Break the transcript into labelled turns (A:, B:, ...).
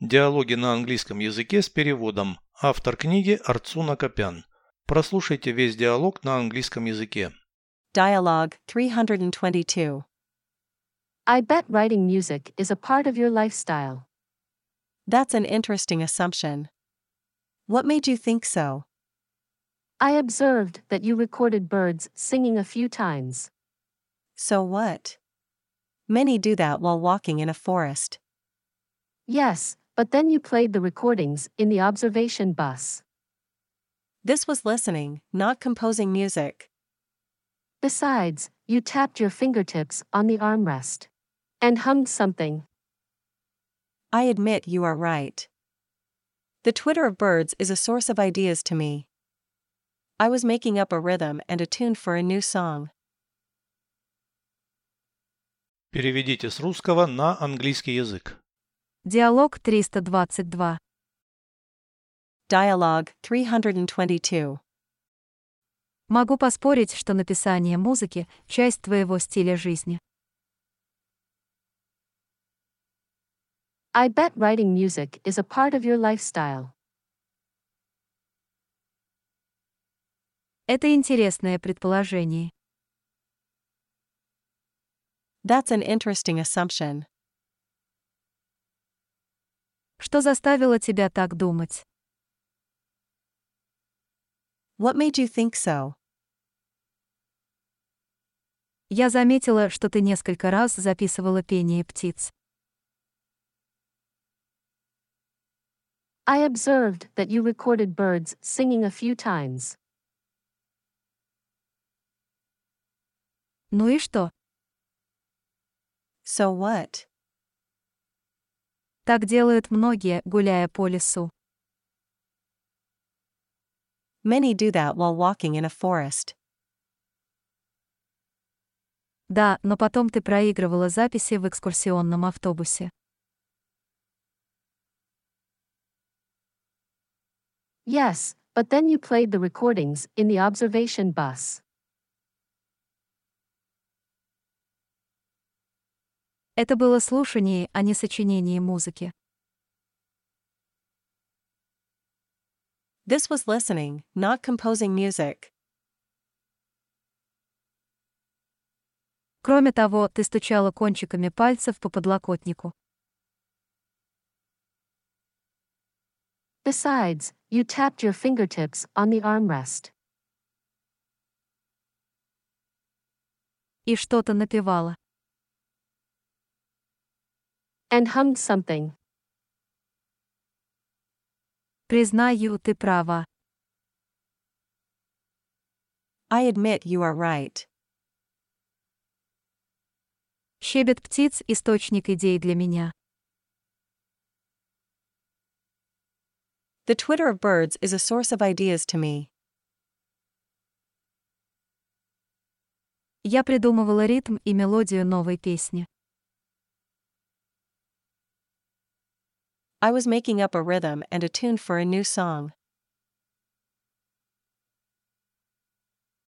A: Диалоги на английском языке с переводом. Автор книги Арцуна Копян. Прослушайте весь диалог на английском языке.
B: Dialogue 322.
C: I bet writing music is a part of your lifestyle.
B: That's an interesting assumption. What made you think so?
C: I observed that you recorded birds singing a few times.
B: So what? Many do that while walking in a forest.
C: Yes, but then you played the recordings in the observation bus.
B: This was listening, not composing music.
C: Besides, you tapped your fingertips on the armrest and hummed something.
B: I admit you are right. The twitter of birds is a source of ideas to me. I was making up a rhythm and a tune for a new song.
A: Переведите с русского на английский язык.
D: Диалог 322.
B: Dialogue 322.
D: Могу поспорить, что написание музыки — часть твоего стиля жизни.
C: I bet writing music is a part of your lifestyle.
D: Это интересное предположение.
B: That's an interesting assumption.
D: Что заставило тебя так думать?
B: What made you think so?
D: Я заметила, что ты несколько раз записывала пение птиц.
C: I observed that you recorded birds singing a few times.
D: Ну и что?
B: So what?
D: Так делают многие, гуляя по лесу.
B: Many do that while walking in a forest.
D: Да, но потом ты проигрывала записи в экскурсионном автобусе.
C: Yes, but then you played the recordings in the observation bus.
D: Это было слушание, а не сочинение музыки.
B: This was listening, not composing music.
D: Кроме того, ты стучала кончиками пальцев по подлокотнику.
C: Besides, you tapped your fingertips on the armrest
D: И что-то напевала.
C: and hummed something.
D: Признаю, ты права.
B: I admit you are right.
D: Щебет птиц — источник идей для меня.
B: The twitter of birds is a source of ideas to me.
D: Я придумывала ритм и мелодию новой песни.
B: I was making up a rhythm and a tune for a new song.